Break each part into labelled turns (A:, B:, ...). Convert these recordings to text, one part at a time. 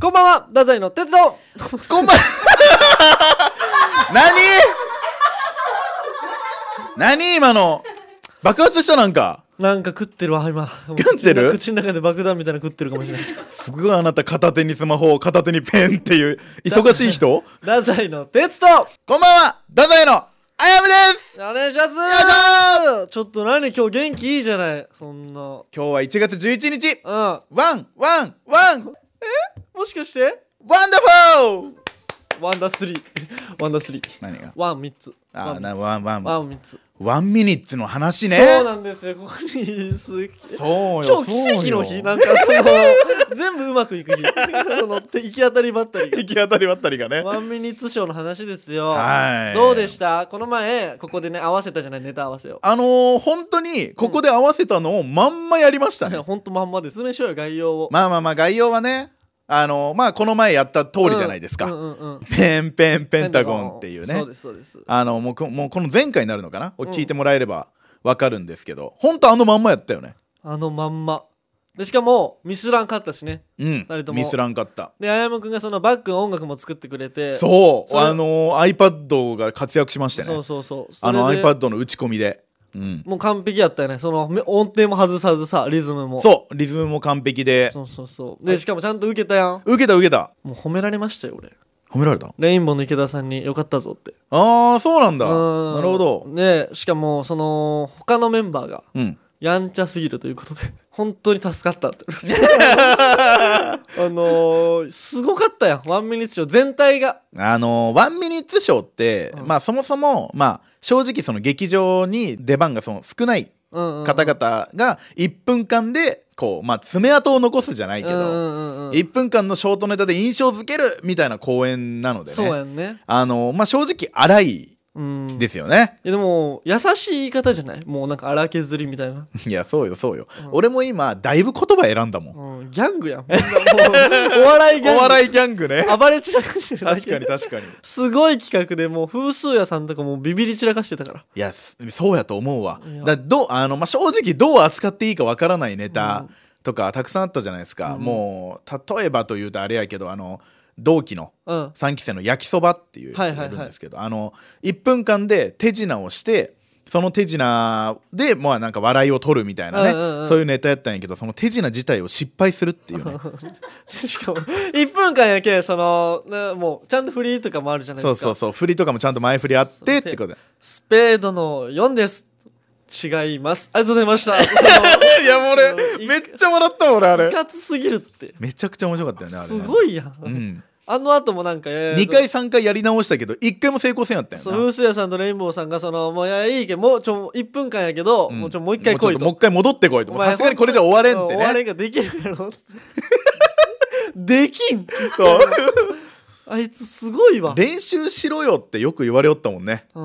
A: こんばんは、太宰の哲道
B: こんばん何何今の爆発したなんか
A: なんか食ってるわ、今。
B: 食ってる
A: 口の中で爆弾みたいなの食ってるかもしれない。
B: すごいあなた片手にスマホ片手にペンっていう忙しい人
A: 太宰の哲道
B: こんばんはダザイのあやむです
A: お願いしますちょっと何今日元気いいじゃない。そんな。
B: 今日は1月11日
A: うん。
B: ワンワンワン
A: もしかして
B: ワンダフォー
A: ワンダースリー。ワンダースリー。
B: 何が
A: ワン3つ。
B: あ
A: ワン
B: な
A: 三つ
B: ワンワン
A: ワン3つ。
B: ワンミニッツの話ね
A: そうなんですよ。ここにす
B: そう
A: 超
B: よそう
A: 奇
B: よ
A: 跡の日なんかその全部うまくいく日 そのって行き当たりばったりが
B: 行き当たりばったりがね
A: ワンミニッツショーの話ですよ
B: はい
A: どうでしたこの前ここでね合わせたじゃないネタ合わせを
B: あのー、本当にここで合わせたのをまんまやりましたね、
A: ほんとまんまで説明しようよ概要を
B: まあまあまあ概要はねあのー、まあこの前やった通りじゃないですか、
A: うんうんうんうん
B: ペンペンペンタゴンっていうね
A: そうですそうです
B: あのもうこもうこの前回になるのかな、
A: ん
B: 聞いてもらえればわかるんですけど本当あのまんまやったよね
A: あのまんまでしかもミスらんかったしね
B: うん
A: 誰とも
B: ミスらんかった
A: であやむくんがそのバックの音楽も作ってくれてう
B: そう
A: それ
B: あのー、iPad が活躍しましてね
A: そうそうそうそ
B: あ
A: れで
B: の iPad の打ち込みで、うん、
A: もう完璧やったよねそのめ音程も外さずさリズムも
B: そうリズムも完璧で
A: そうそうそうでしかもちゃんと受けたやん
B: 受けた受けた
A: もう褒められましたよ俺
B: 褒められた
A: レインボーの池田さんに「よかったぞ」って
B: ああそうなんだ
A: うーん
B: なるほど
A: ねしかもその他のメンバーが
B: うん
A: やんちゃすぎるということで 本当に助かったって あのー、すごかったやんワンミニッツショー全体が
B: あのーワンミニッツショーって、
A: うん
B: まあそもそも、まあ、正直その劇場に出番がその少ない
A: うんうん
B: 方々が1分間でこう、まあ、爪痕を残すじゃないけ
A: うんう
B: ど、
A: んうんうん
B: 1分間のショートネタで印象づけるみたいな公演なので
A: そう
B: ね
A: やんね
B: あのー、まあ、正直荒い
A: うんい
B: ですよね、
A: やでも優しい言い方じゃないもうなんか荒削りみたいな、
B: いやそうよそうよ、
A: うん
B: 俺も今だいぶ言葉選んだもん、
A: うん、ギャングやんみんなもうお笑いギャン
B: お
A: グ
B: 笑いギャングね
A: 暴れ散らかしてるだけ
B: 確かに確かに
A: すごい企画でもう風数屋さんとかもうビビり散らかしてたから
B: いやすそうやと思うわ
A: いや
B: だどうあの、まあ、正直どう扱っていいかわからないネ
A: う
B: タ
A: ん
B: とかたくさんあったじゃないですか、
A: うん
B: もう例えばというとあれやけどあの同期の
A: うん
B: 3期生の焼きそばっていうやつ
A: はいはいは
B: が
A: い
B: いるんですけど、あの1分間で手品をしてその手品でまあなんか笑いを取るみたいなね、
A: うんうんうん
B: そういうネタやったんやけどその手品自体を失敗するっ ていうね
A: しかも1分間やけそのねもうちゃんとフリーとかもあるじゃない
B: そ
A: で
B: う
A: すか
B: そうそう振りとかもちゃんと前振りあってってことで
A: スペードの4です違いますありがとうございました
B: いやもう俺めっちゃ笑ったわ 俺あ
A: そのい
B: れ
A: かつすぎるって
B: めちゃくちゃ面白かったよねあれ
A: す
B: ね
A: ごいやん、
B: うん
A: あの後もなんか、えー
B: 2回3回やり直したけど1回も成功せんやったよ
A: そう
B: な
A: 風水屋さんとレインボーさんがそのもういやいいけどもうちょ1分間やけど、
B: うん
A: もうちょもう1回来いと
B: もうちょっもう一回戻ってこいと
A: お前
B: さすがにこれじゃ終われんって
A: 終われ
B: ね
A: んができるやろ できん
B: そう
A: あいつすごいわ
B: 練習しろよってよく言われよったもんね
A: うんだ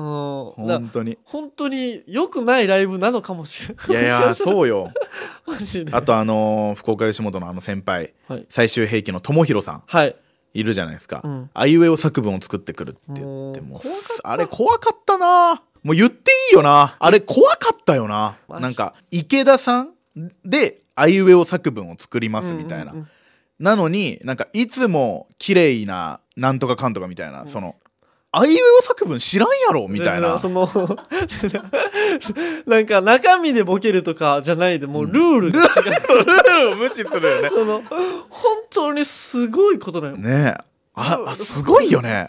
B: 本当に
A: 本当に良くないライブなのかもしれない
B: いや いやそうよ
A: マジで
B: あとあのー福岡吉本のあの先輩
A: はい、
B: 最終兵器の友弘さん
A: はい、
B: いるじゃないですか、
A: うん
B: あいうえお作文を作ってくるって言って
A: も
B: も
A: う
B: う
A: 怖かった
B: あれ怖かったなもう言っていいよなあれ怖かったよな
A: マジ
B: なんか池田さんであいうえお作文を作りますみたいな、
A: うんうんうん
B: なのになんかいつも綺麗ななんとかかんとかみたいな、
A: うん
B: そのあいうえお作文知らんやろみた
A: だか
B: いな
A: ら その なんか中身でボケるとかじゃないでもうルールが違う、
B: ルールを無視するよね
A: その本当にすごいことだよ、
B: ねえああすごいよね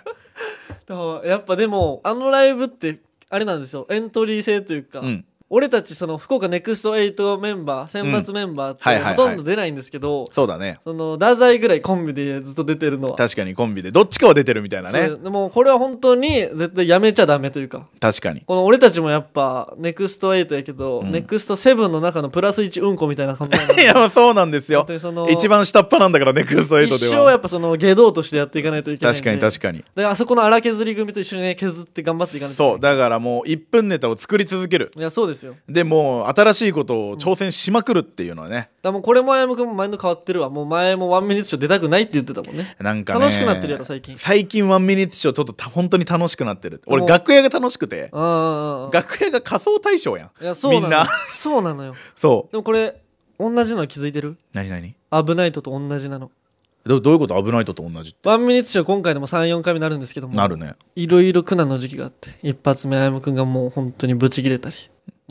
A: だからやっぱでもあのライブってあれなんですよエントリー制というか、
B: うん
A: 俺たちその福岡ネクスト8メンバー選抜メンバー
B: うんはい
A: っ
B: はい
A: て
B: は
A: ほ
B: い
A: とんど出ないんですけど、
B: そうだね
A: その太宰ぐらいコンビでずっと出てるのは
B: 確かにコンビでどっちかは出てるみたいなね
A: そうでもこれは本当に絶対やめちゃダメというか
B: 確かに
A: この俺たちもやっぱネクスト8やけど、
B: うん
A: ネクスト7の中のプラス1うんこみたいな考えなん
B: い
A: で
B: やまあそうなんですよ
A: 本当にその
B: 一番下っ端なんだからネクストエイト
A: 一
B: で
A: 生
B: は
A: やっぱその下道としてやっていかないといけない
B: 確かに確かに
A: にであそこの荒削り組と一緒にね削って頑張っていかないといけない
B: そうだからもう1分ネタを作り続ける
A: いやそうですよだか
B: でもう新しいことを挑戦しまくるっていうのはね
A: らもうこれもあやむくんも前の変わってるわもう前もワンミニッツショー出たくないって言ってたもんね
B: なんかね
A: 楽しくなってるやろ最近
B: 最近ワンミニッツショーちょっとた本当に楽しくなってる俺
A: もう
B: 楽屋が楽しくて
A: うんうんうん
B: 楽屋が仮想対象やん
A: いやそうなの
B: みんな
A: そうなのよ
B: そう
A: でもこれ同じの気づいてる
B: 何何
A: 危ないとと同じなの
B: どどういうこと危ないとと同じ
A: ワンミニッツショー今回でも34回目になるんですけども
B: なるね
A: いろいろ苦難の時期があって一発目あやむくんがもう本当にブチ切れたり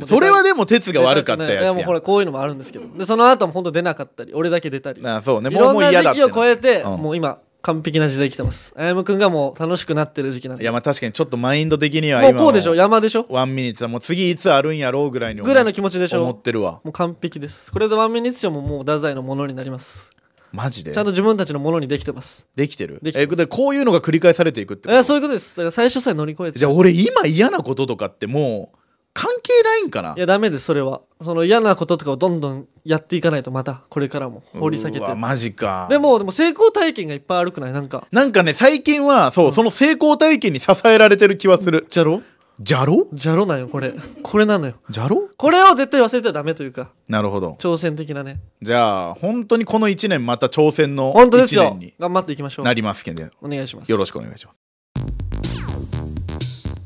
B: それはでも鉄が悪かったやつ
A: い
B: や
A: や
B: ん
A: もうほらこういうのもあるんですけどでその後も本当出なかったり俺だけ出たり
B: あそうね
A: い
B: も
A: ろ
B: うんもう
A: な
B: 嫌だっ
A: 時期
B: て
A: を超えて
B: うん
A: もう今完璧な時代来てますあやむくんがもう楽しくなってる時期なん
B: い
A: で
B: やまあ確かにちょっとマインド的には
A: もう
B: 今
A: こうでしょ山でしょ
B: ワンミニッツはもう次いつあるんやろうぐらいに思
A: ぐらいの気持ちでし
B: 思
A: ょ
B: ってるわ
A: もう完璧ですこれでワンミニッツショーももう太宰のものになります
B: マジで
A: ちゃんと自分たちのものにできてます
B: できてる
A: できて
B: えでこういうのが繰り返されていくって
A: い
B: こ
A: や
B: と
A: そういうことですだから最初さえ乗り越えて
B: じゃあ俺今嫌なこととかってもう関係ないんかない
A: やダメですそれはその嫌なこととかをどんどんやっていかないとまたこれからも掘り下げ
B: う
A: て
B: わマジか
A: でもでも成功体験がいっぱいあるくないなんか
B: なんかね最近はそう、その成功体験に支えられてる気はする
A: じゃろ
B: じゃろ
A: じゃろなんよこれこれなのよ
B: じゃろ
A: これを絶対忘れてはダメというか
B: なるほど
A: 挑戦的なね
B: じゃあ本当にこの1年また挑戦の
A: 本当です
B: 1
A: よ
B: 年に
A: 頑張っていきましょう
B: なりますけど
A: お願いします
B: よろ
A: し
B: しくお願いします
A: く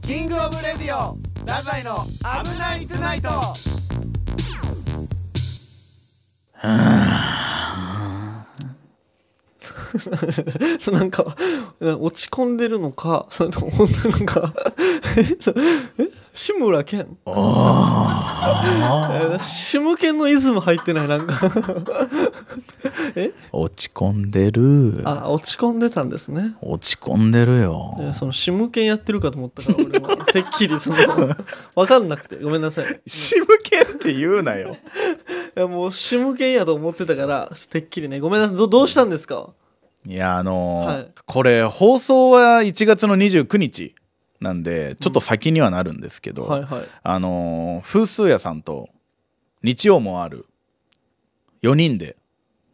A: キングオブレディオラザイの危ないトゥナイトそう なんか落ち込んでるのかそれとも本当になんか えそうえ志村けん ああ志村けんのイズム入ってないなんか
B: 落ち込んでる
A: あ落ち込んでたんですね
B: 落ち込んでる
A: い
B: よ
A: やそのシム犬やってるかと思ったから俺はてっきり その分かんなくてごめんなさいい
B: しぶけって言うな よ
A: やもうシム犬やと思ってたからてっきりねごめんなさいどどうしたんですか
B: いやあのー
A: はい
B: これ放送は1月の29日なんでちょっと先にはなるんですけど、
A: はいはい
B: あのー風数屋さんと日曜もある4人で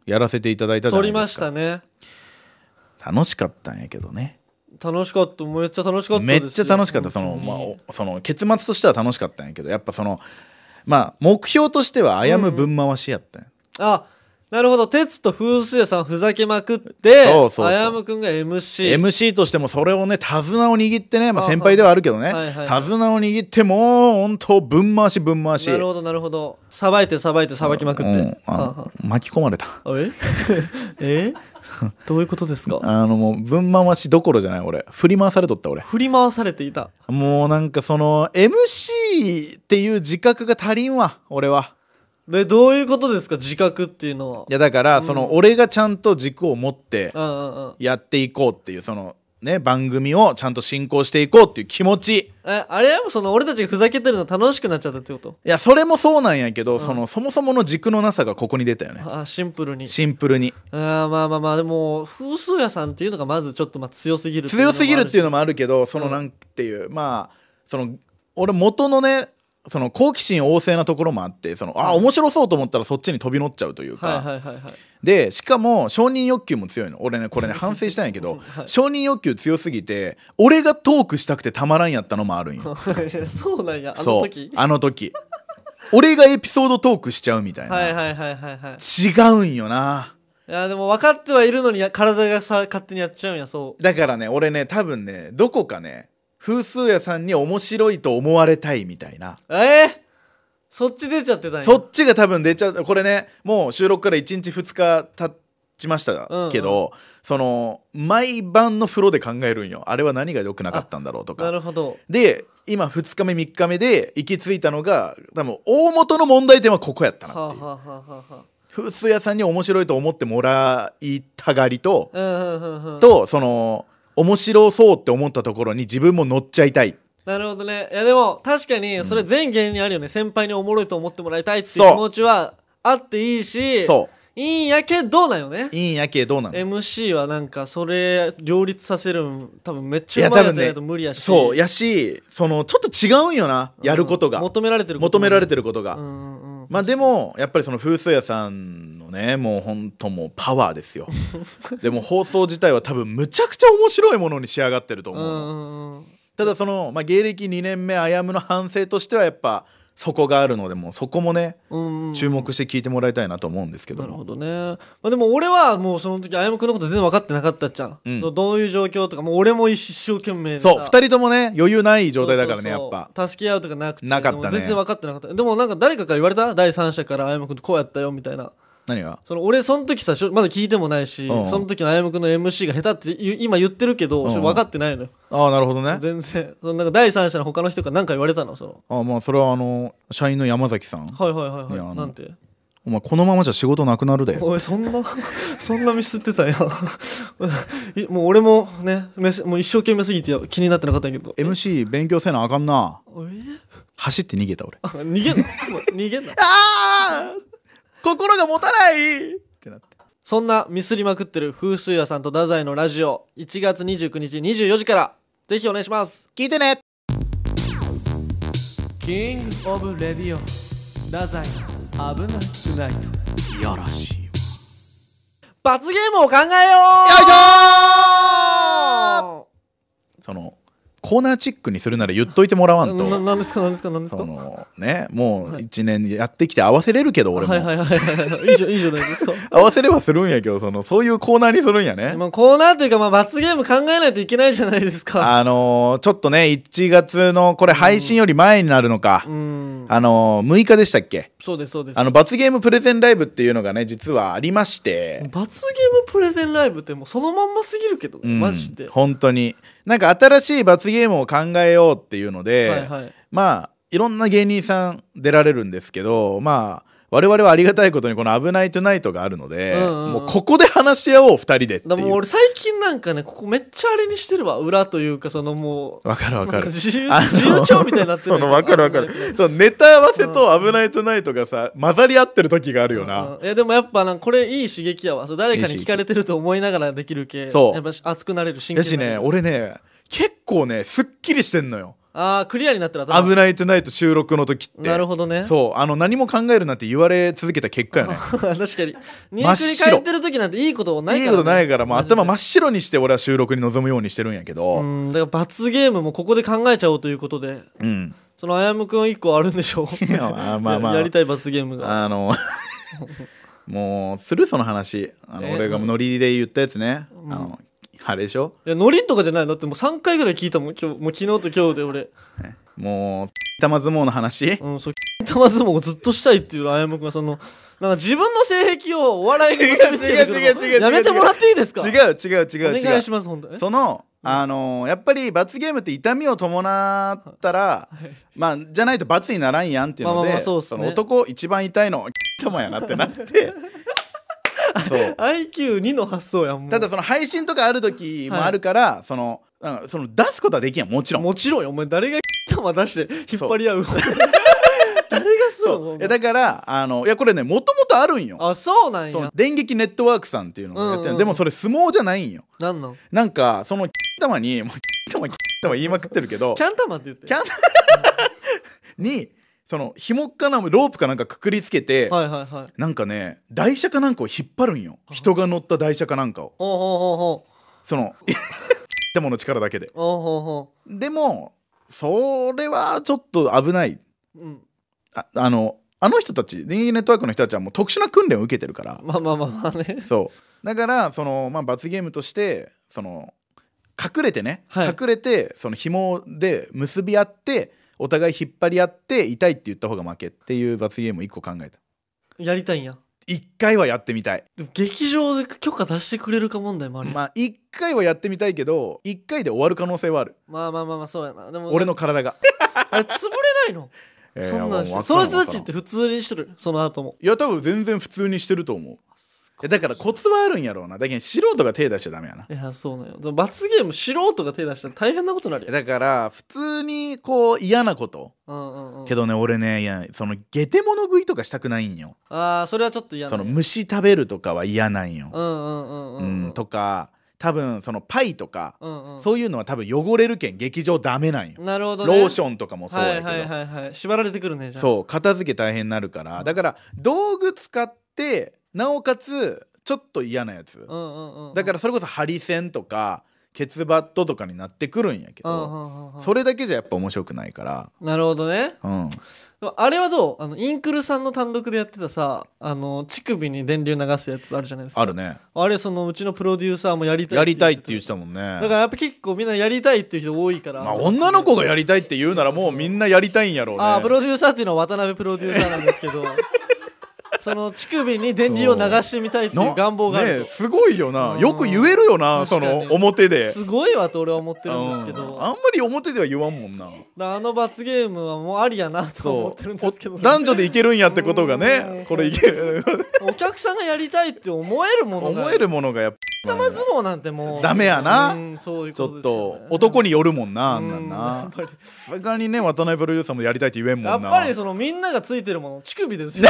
B: やらせていただいたじ
A: 撮
B: ゃな
A: り
B: いで
A: ますし
B: か
A: たね
B: 楽しかったんやけどね
A: 楽しかっためっちゃ楽しかった
B: め
A: で
B: っ
A: す
B: ちゃ楽しかったその,、まあお、その結末としては楽しかったんやけどやっぱそのまあ目標としては歩む分回しやったんや、
A: ああなるほど哲と風水屋さんふざけまくって
B: そうそうそう
A: あやむくんが MC
B: MC としてもそれをね手綱を握ってね、まあ、
A: あ
B: 先輩ではあるけどね、
A: はいはいはい
B: 手綱を握ってもう本当分回し分回し
A: なるほどなるほどさばいてさばいてさばきまくって、
B: うんあ
A: は
B: の巻き込まれた
A: あはあえ えどういうことですか
B: あのもう分回しどころじゃない俺振り回されとった俺
A: 振り回されていた
B: もうなんかその MC っていう自覚が足りんわ俺は
A: でどういうことですか自覚っていうのはい
B: やだからその俺がちゃんと軸を持って
A: うんうんうん
B: やっていこうっていうそのね番組をちゃんと進行していこうっていう気持ち
A: えあれはもうその俺たちがふざけてるの楽しくなっちゃったってこと
B: いやそれもそうなんやけど、そのそもそもの軸のなさがここに出たよね
A: あシンプルに
B: シンプルに
A: あーまあまあまあでも風水屋さんっていうのがまずちょっとまあ強すぎる
B: 強すぎるっていうの
A: も
B: もあるけどそのなんていうまあその俺元のねその好奇心旺盛なところもあってそのあ面白そうと思ったらそっちに飛び乗っちゃうというか、
A: あるしはいはいはいはい
B: でしかも承認欲求も強いの俺ねこれね反省したんや けど、承認欲求強すぎて俺がトークしたくてたまらんやったのもあるんよ
A: そうなん やあ
B: そ
A: の
B: う
A: 時
B: あの時俺がエピソードトークしちゃうみたいな、
A: はいはいはいはいはい
B: 違うんよない
A: やでも分かってはいるのにや体がさ勝手にやっちゃうんやそう
B: だからね俺ね多分ねどこかね風数屋さんに面白いと思われたいみたいな
A: えー、そっち出ちゃってたんや
B: そっちが多分出ちゃうこれねもう収録から1日2日経ちましたけど、その毎晩の風呂で考えるんよあれは何が良くなかったんだろうと
A: な
B: か
A: るほど
B: で今2日目3日目で行き着いたのが多分大元の問題点はここやった
A: は
B: な
A: あ
B: っ
A: は
B: ていう、
A: あはあはあはあ
B: 風水屋さんに面白いと思ってもらいたがりと、
A: うんうんうんうん
B: とその面白そうって思ったところに自分も乗っちゃいたい
A: なるほどねいやでも確かにそれ全芸人にあるよね、先輩におもろいと思ってもらいたいっていう
B: そう
A: 気持ちはあっていいし
B: そ
A: いいんやけどだよね
B: ういいんやけどなの
A: MC はなんかそれ両立させるん多分めっ
B: い
A: ちゃ
B: や
A: うまいや
B: 多
A: つ
B: 分ね
A: やないと無理やし
B: そうやしそのちょっと違うんよなやることが、
A: うん求められてること
B: 求められ
A: て
B: てることが、
A: うんうんうん
B: まあでもやっぱりその風水屋さんのねもうほんともうパワーです よでも放送自体は多分むちゃくちゃ面白いものに仕上がってると
A: う
B: 思うの、
A: んうんうん
B: ただその、まあ、芸歴2年目歩むの反省としてはやっぱそこがあるのでもうそこもね
A: うんうん
B: 注目して聞いてもらいたいなと思うんですけど
A: なる
B: も、
A: ほどね、まあ、でも俺はもうその時あやむくんのこと全然分かってなかったじゃん、
B: うん
A: そうどういう状況とかもう俺も一生懸命でさ
B: そう2人ともね余裕ない状態だから
A: そう
B: ね
A: そうそう
B: やっぱ
A: 助け合うとかなくて
B: なかったね
A: でも全然分かってなかったでもなんか誰かから言われた第三者からあやむくんとこうやったよみたいな
B: 何が
A: その俺その時さしょまだ聞いてもないし、
B: うん
A: その時のあやむくんの MC が下手って言う今言ってるけど、
B: うん
A: それ分かってないのよ
B: ああなるほどね
A: 全然そのなんか第三者の他の人から何か言われたのその
B: ああまあそれはあの社員の山崎さん
A: はいはいはいはい
B: いやあの
A: なんて
B: お前このままじゃ仕事なくなるで
A: おいそんな そんなミスってたんや いもう俺もね目線もう一生懸命すぎて気になってなかったんやけど
B: MC 勉強せなあかんな
A: おい
B: 走って逃げた俺
A: あ逃げんな 逃げんな
B: ああ心が持たないってなって
A: そんなミスりまくってる風水屋さんと太宰のラジオ1月29日24時からぜひお願いします
B: 聞いてね
A: キングオブレディオ太宰危なくないと
B: いやらしいよ
A: 罰ゲームを考えよ
B: いしょー
A: う
B: そのコーナーチックにするなら言っといてもらわん
A: な
B: と
A: なんですかなんですかなんです
B: そ
A: か
B: のねもう1年やってきて合わせれるけど俺も、
A: はいはいはいはいはいいいじゃいいじゃないですか
B: 合わせればするんやけどそのそういうコーナーにするんやね
A: まあコーナーというかまあ罰ゲーム考えないといけないじゃないですか
B: あのーちょっとね1月のこれ配信より前になるのか、
A: うん
B: あのー6日でしたっけ
A: そうですそうです
B: あの罰ゲームプレゼンライブっていうのがね実はありまして、
A: 罰ゲームプレゼンライブってもうそのまんますぎるけど、
B: うん、
A: マジでは
B: 本当になんか新しい罰ゲームを考えようっていうの
A: い
B: で、
A: はい
B: まあいろんな芸人さん出られるんですけどまあ我々はありがたいことにこの「危ないトゥナイト」があるので、
A: うんうんうん
B: もうここで話し合おう2人でって
A: だからもう
B: いう
A: 俺最近なんかねここめっちゃあれにしてるわ裏というかそのもう
B: わかるわか
A: なんか
B: る
A: 自由
B: あの
A: 自由帳みたいになって
B: そ
A: る
B: のわかるわかるそのネタ合わせと「危ないトゥナイト」がさ混ざり合ってる時があるよな、
A: うんいやでもやっぱなんかこれいい刺激やわそう誰かに聞かれてると思いながらできるけ
B: そう
A: やっぱ熱くなれる真
B: だ
A: 剣に
B: し
A: なれ
B: ね
A: る
B: 俺ね結構ねすっきりしてんのよ
A: ああクリアになってる
B: 「危
A: な
B: ないトゥナイト」収録の時って
A: なるほどね
B: そうあの何も考えるなって言われ続けた結果よね
A: 確かに入
B: 真っ
A: 学
B: 白
A: に帰ってる時なんていいことない
B: い
A: から、ね、
B: いことないからもう
A: マジで
B: 頭真っ白にして俺は収録に臨むようにしてるんやけ
A: う
B: ど
A: んだから罰ゲームもここで考えちゃおうということで
B: うん、
A: そのあやむくん一個あるんでしょう
B: いやまあまあまあ
A: ややりたい罰ゲームが
B: あのもうするその話あの
A: え
B: 俺がノリで言ったやつね、
A: うん
B: あのあれでしょ
A: いやノリとかじゃないだってもう3回ぐらい聞いたもん今日もう昨日と今日で俺
B: もう玉相撲の話
A: うん そう玉相撲をずっとしたいっていうあやむくんがそのなんか自分の性癖をお笑いに結びつけてくるの
B: 違う違う違う違う違う
A: やめてもらっていいですか
B: 違う
A: う
B: 違う違う
A: お
B: 違う
A: 願いします本当に
B: そのあのやっぱり罰ゲームって痛みを伴ったら、まあじゃないと罰にならんやんっていう
A: ま
B: ので,、
A: あまあまあそうっすね
B: の男一番痛いの玉やなってなって そう
A: IQ2 の発想やんもう
B: ただその配信とかある時もあるから、そのなんかその出すことはできんやんもちろん
A: もちろんよお前誰が 玉出して引っ張り合う 誰が
B: そ
A: そうう
B: いやだからあのいやこれねもともとあるんよ
A: あそうなん
B: その
A: や
B: 電撃ネットワークさんっていうのをやっ
A: う
B: てる、
A: んうんうん
B: でもそれ相撲じゃないんよ
A: なんなん
B: なんかその玉にもう玉玉言いまくってるけど
A: キャン玉って言って
B: キャンにその紐かなロープかなんかくくりつけて、
A: はいはいはい
B: なんかね台車かなんかを引っ張るんよ人が乗った台車かなんかを
A: ほうほうほうほう
B: その玉の力だけで
A: ほうほうほ
B: でもそれはちょっと危ないう
A: うん
B: ああのあの人たち電撃ネットワークの人たちはもう特殊な訓練を受けてるから
A: まあまあまあまあね
B: そうだからその、まあ、罰ゲームとしてその隠れてね、
A: はい
B: 隠れてその紐で結び合ってお互い引っ張り合って痛いって言った方が負けっていう罰ゲームを1個考えた
A: やりたいんや
B: 1回はやってみたい
A: でも劇場で許可出してくれるか問題もあるやん
B: まあ1回はやってみたいけど1回で終わる可能性はある
A: まあまあまあまあそうやなでも
B: 俺の 体が、
A: あれ潰れないのそんなん
B: い
A: し
B: や
A: てその人た
B: わからんわから
A: ち
B: ん
A: って普通にしてるその後も
B: いや多分全然普通にしてると思ういやだからコツはあるんやろうなだけど素人が手出しちゃダメやない
A: やそうなんよでも罰ゲーム素人が手出したら大変なことになる
B: いや
A: よ、
B: だから普通にこう嫌なこと
A: うんうんうん、
B: けどね俺ねいやそのゲテモノ食いとかしたくないんよ
A: ああそれはちょっと嫌
B: そ
A: な
B: の
A: んや
B: 虫食べるとかは嫌なんよ、
A: うんうんうん
B: う
A: うんんうん
B: とか多分そのパイとか、
A: うんうん
B: そういうのは多分汚れるけん劇場ダメなんよ、
A: なるほど、
B: ロ
A: ね、
B: ーションとかもそうや
A: は
B: け
A: い
B: ど、
A: はいはいはい縛られてくるねじゃあ
B: そう片付け大変になるからだから道具使ってなおかつちょっと嫌なやつ、
A: うんうんうん
B: だからそれこそハリセンとかケツバットとかになってくるんやけ
A: うんう
B: ど、
A: んうんうん
B: それだけじゃやっぱ面白くないから、
A: なるほどね
B: うん、
A: でもあれはどうあのインクルさんの単独でやってたさあの乳首に電流流すやつあるじゃないですか
B: あるね
A: あれそのうちのプロデューサーもやりたい
B: やりたいって言
A: 言
B: って
A: た
B: たもんねだ
A: だからやっぱ結構みんなやりたいっていう人多いから、
B: まあ、女の子がやりたいって言うならもうみんなやりたいんやろうね
A: ああプロデューサーっていうのは渡辺プロデューサーなんですけどその乳首に電流を流してみたいっていう願望があ
B: ね
A: る
B: え
A: と
B: すごいよな
A: うん
B: よく言えるよなそ
A: 確かに
B: の表です
A: ごいわと俺は思って
B: うん
A: るんですけど
B: あんまり表では言わんもんな
A: だあの罰ゲームはもうありやなと思ってるんですけど、
B: 男女でいけるんやってことが
A: うん
B: ねこれいけ
A: お客さんがやりたいって思えるものが
B: 思えるものがやっぱ
A: 生相撲なんてもう
B: ダメやな
A: うんそういう
B: ち
A: こ
B: ょ
A: と
B: っ
A: ですよ
B: と
A: ね
B: 男によるもんなあ
A: うんん
B: なん
A: や
B: な
A: っぱり
B: さすがにね渡辺プロデューサーもやりたいって言えんもんな
A: やっぱりそのみんながついてるもの乳首ですよ、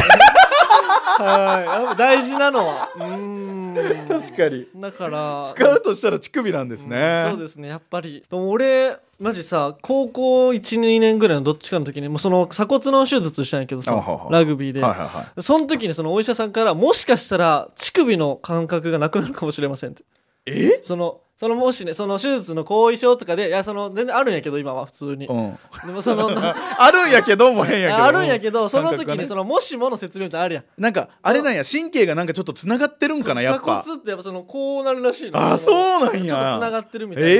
A: ね、はいやっぱ大事なのはうーん
B: 確かに
A: だから
B: 使うとしたら乳首なんです
A: うん
B: ね
A: そうですねやっぱりでも俺マジさ高校12年ぐらいのどっちかの時にもうその鎖骨の手術したんやけど
B: あ
A: さ
B: はは
A: ラグビーで、
B: はいはいはい
A: その時にそのお医者さんからもしかしたら乳首の感覚がなくなるかもしれませんって
B: え
A: そのそのもしねその手術の後遺症とかでいやその全然あるんやけど今は普通に、
B: うん
A: でもそのな
B: あるんやけども変やけど
A: あるんやけどその
B: 感
A: 時
B: 覚が
A: に
B: ね
A: そのもしもの説明ってあるやん
B: なんかあれなんや神経がなんかちょっとつながってるんかなやっぱ
A: 鎖骨ってやっぱそのこうなるらしいの
B: あ
A: その
B: そうな
A: ちょ
B: ん
A: っとつな
B: や
A: がってるみたいで、
B: え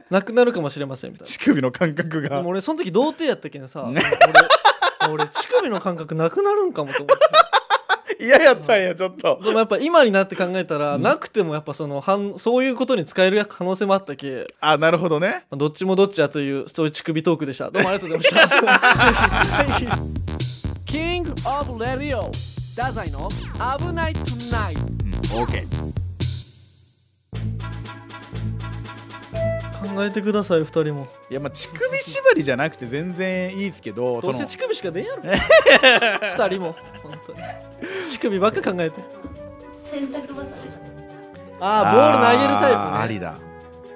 B: え
A: なくなるかもしれませんみたいな
B: 乳首の感覚
A: で
B: が
A: も俺その時童貞やったけんさ、
B: ね
A: 俺俺乳首の感覚なくなるんかもと思って
B: 嫌やったんやちょっと
A: でもやっぱ今になって考えたら、なくてもやっぱその反そういうことに使える可能性もあったけ
B: あなるほどね
A: まあどっちもどっちやというそういう乳首トークでしたどうもありがとうございました キングオブレディオダザイの危ないトゥナイト
B: オーケー
A: 考えてください二人も
B: いやまあ乳首縛りじゃなくて全然いいですけど
A: ど
B: そう
A: せ
B: の
A: 乳首しか出んやろ 二人も本当に乳首ばっか考えて
C: 洗濯バサミ
A: ああボール投げるタイプ、ね、
B: あーありだ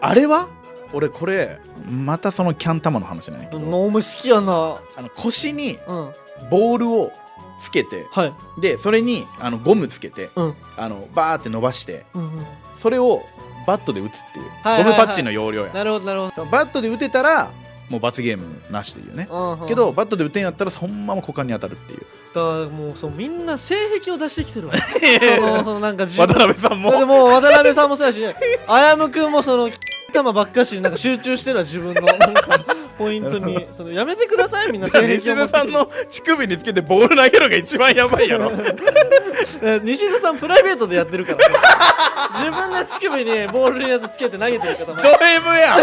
B: あれは俺これまたそのキャン玉の話なんやけど
A: ノーム好きやな
B: あの腰に
A: うん
B: ボールをつけて
A: はい
B: でそれにあのゴムつけて
A: うん
B: あのバーって伸ばして
A: うんうん
B: それをバットで打つっていう、
A: はいはいはい
B: ゴムパッチンの要領や
A: なるほどなるほ
B: バットで打てたらもう罰ゲームなしというね、
A: どうんうん
B: けどバットで打てんやったらそのまま股間に当たるっていう
A: だからもうそうみんな性癖を出してきてるわ そのそのなんか自分
B: 渡辺さんも
A: でもう渡辺さんもそうやしねあやむくんもその玉ばっかしになんか集中してるわ自分のなんかポイントにそのやめてくださいみんな
B: じゃあ西田さんの乳首につけてボール投げるのが一番やばいやろ
A: え西田さんプライベートでやってるからね自分の乳首にボールのやつつけて投げてる方も
B: ド M や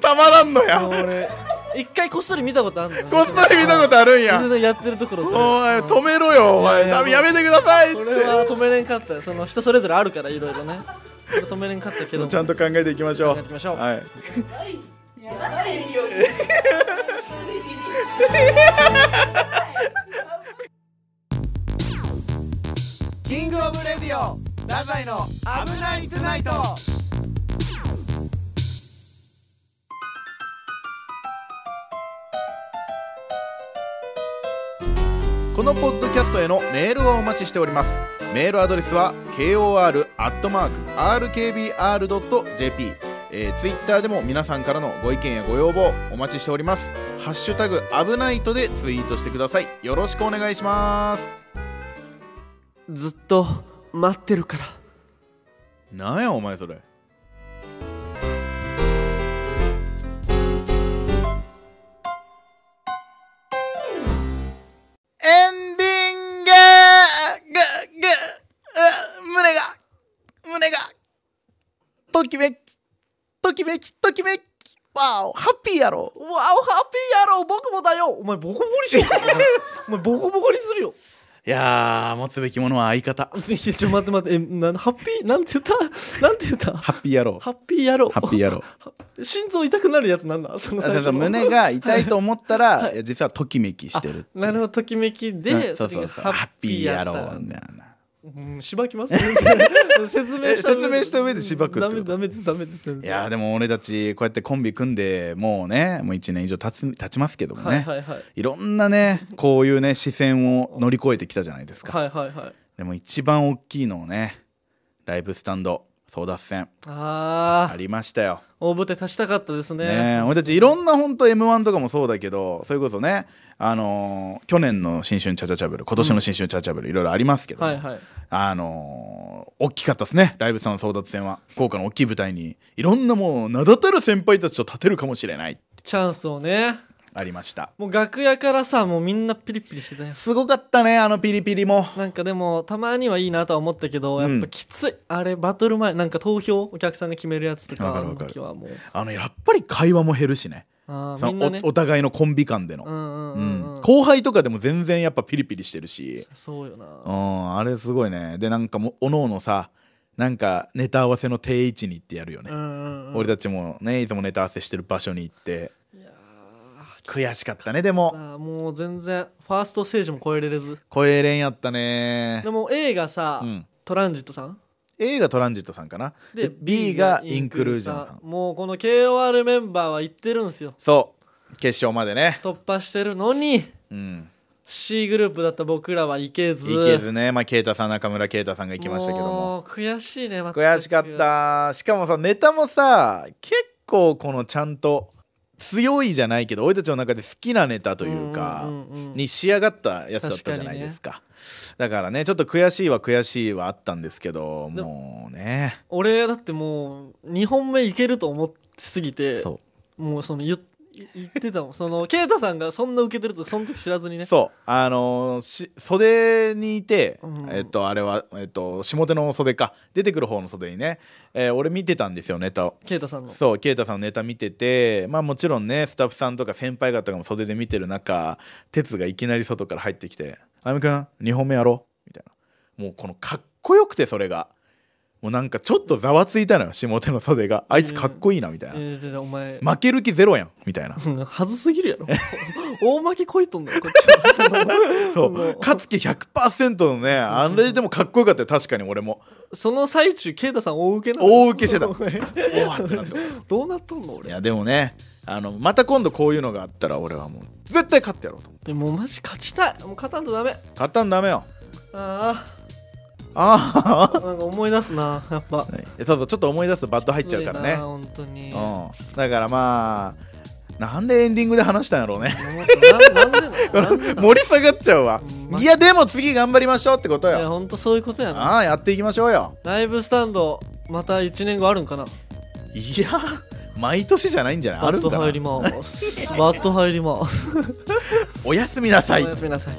B: たまらんのや
A: 俺一回こっそり見たことあるんだよ
B: こっそり見たことあるん
A: 西田
B: や
A: さんやってるところそれ
B: お前止めろよお前
A: いやいや
B: ダメやめてくださいっ
A: これ
B: て
A: は止めれんかったよその人それぞれあるからいろいろねこれ止めれんかったけど
B: ちゃんと考えていきましょう
A: 考えていきましょう
B: はい
C: やばいよ。
A: キングオブレディオダザイの危ないトゥナイト
B: このポッドキャストへのメールをお待ちしておりますメールアドレスは kor.rkbr.jp えー、ツイッターでも皆さんからのご意見やご要望お待ちしておりますハッシュタグ危ないとでツイートしてくださいよろしくお願いします
A: ずっと待ってるから
B: なんやお前それエンディングぐぐう胸が胸がときめきときめきときめきわおハッピーやろ
A: わおハッピーやろう僕もだよお前ボコボコにしようか お前ボコボコにするよ
B: いやー持つべきものは相方
A: いやちょっと待って待ってえなハッピーなんて言ったなんて言った
B: ハッピーやろ
A: ハッピーやろう
B: ハッピーやろう
A: 心臓痛くなるやつなんだ その最初の
B: 胸が痛いと思ったらい や実はときめきしてる
A: なるほどときめき
B: う
A: で
B: んそ
A: そ
B: うそうそ
A: れ
B: う
A: が
B: ハッピー野
A: った
B: 郎ね
A: うん、しばき ます、ね、説明した
B: え説明した上でしばくって
A: ダ
B: こ
A: メ
B: と
A: ダメですダメです
B: いやーでも俺たちこうやってコンビ組んでもうねもう1年以上経つ経ちますけどもね、
A: はい
B: い
A: はいはい
B: ろんなねこういうね視線を乗り越えてきたじゃないですか、
A: はいはいはい
B: でも一番大きいのをねライブスタンド争奪戦あ
A: あー
B: りましたよ。
A: 大舞台立ちたかったですね
B: ねえ俺たちいろんな本当 m 1とかもそうだけどそれこそねあのー去年の「新春チャチャチャブル」今年の「新春チャチャブル」いろいろありますけど、
A: はいはい
B: あのー大きかったですねライブさんの争奪戦は福岡の大きい舞台にいろんなもう名だたる先輩たちと立てるかもしれない
A: チャンスをね
B: ありました
A: もう楽屋からさもうみんなピリピリしてたよ
B: すごかったねあのピリピリも
A: なんかでもたまにはいいなとは思ったけど、
B: うん
A: やっぱきついあれバトル前なんか投票お客さんが決めるやつと
B: わ
A: か
B: かる
A: の
B: わかる
A: 時はもう
B: あのやっぱり会話も減るしね
A: あー
B: そ
A: みんな
B: の
A: ね
B: おお互いのコンビ間での、
A: うんうん
B: う
A: うんん、うん、
B: 後輩とかでも全然やっぱピリピリしてるし
A: そうよ
B: う
A: なん
B: あれすごいねでなんかもおのおのさなんかネタ合わせの定位置に行ってやるよね、
A: うんうんうん
B: 俺たちもねいつもネタ合わせしてる場所に行って
A: いや
B: 悔しかったねでも
A: ーあーもう全然ファーストステージも超えれず
B: 超えれんやったね
A: でも A がさ、
B: うん
A: トランジットさん
B: A がトランジットさんかなで
A: で
B: B がインクルージョンさん
A: もうこの KOR メンバーは行ってるんですよ
B: そう決勝までね、
A: 突破してるのに
B: うん、
A: C グループだった僕らは行けず
B: 行けずね、まあ、啓太さん中村啓太さんが行きましたけども
A: う悔しいね全く
B: 悔しかったしかもさネタもさ結構このちゃんと強いじゃないけど俺たちの中で好きなネタというか、
A: んうんうん
B: に仕上がったやつだったじゃないですかだからねちょっと悔しいは悔しいはあったんですけど
A: で
B: もうね
A: 俺だってもう2本目いけると思ってすぎて
B: そ
A: もうその言っ言ってたもんその啓太さんがそんな受けてるとその時知らずに
B: う,、
A: ね
B: そうあのーし袖にいて、
A: うん
B: えっとあれは、えっと、下手の袖か出てくる方の袖にね、えー俺見てたんですよネタを。
A: 啓太さんの
B: そう啓太さんのネタ見ててまあもちろんねスタッフさんとか先輩方がも袖で見てる中哲がいきなり外から入ってきて「あゆみくん2本目やろう」みたいなもうこのかっこよくてそれがもうなんかちょっとざわついたのよ下手の袖があいつかっこいいなみたいな、
A: えーでお前、
B: 負ける気ゼロやんみたいな
A: はずすぎるやろ大負けこいとんだよこっちは
B: そう
A: もう
B: 勝つ気100%のねあれでもかっこよかったよ確かに俺も
A: その最中啓太さん大受けなの
B: 大受けして たおわってなった
A: どうなっとんの
B: い
A: 俺
B: やでもねあのまた今度こういうのがあったら俺はもう絶対勝ってやろうと思って
A: でもうマジ勝ちたいもう勝たんとダメ
B: 勝ったんダメよ
A: あ
B: ああ
A: あなんか思い出すなやっぱ
B: えただちょっと思い出すとバッド入っちゃうか
A: き
B: ら
A: つい
B: ね
A: な本当に
B: うんだからまあなんでエンディングで話したんやろうね
A: ななんで
B: こ
A: な
B: の
A: んで
B: 盛り下がっちゃうわ
A: うんまあ
B: いやでも次頑張りましょうってこと
A: いや
B: よ
A: 本当そういうことやな
B: ああやっていきましょうよ
A: ライブスタンドまた1年後あるんかない
B: や毎年じゃないんじゃないあ
A: バ
B: る
A: ッ
B: ん
A: ト
B: か
A: 入り
B: な
A: ますバット入ります
B: おやすみなさ
A: お
B: い
A: やすみなさい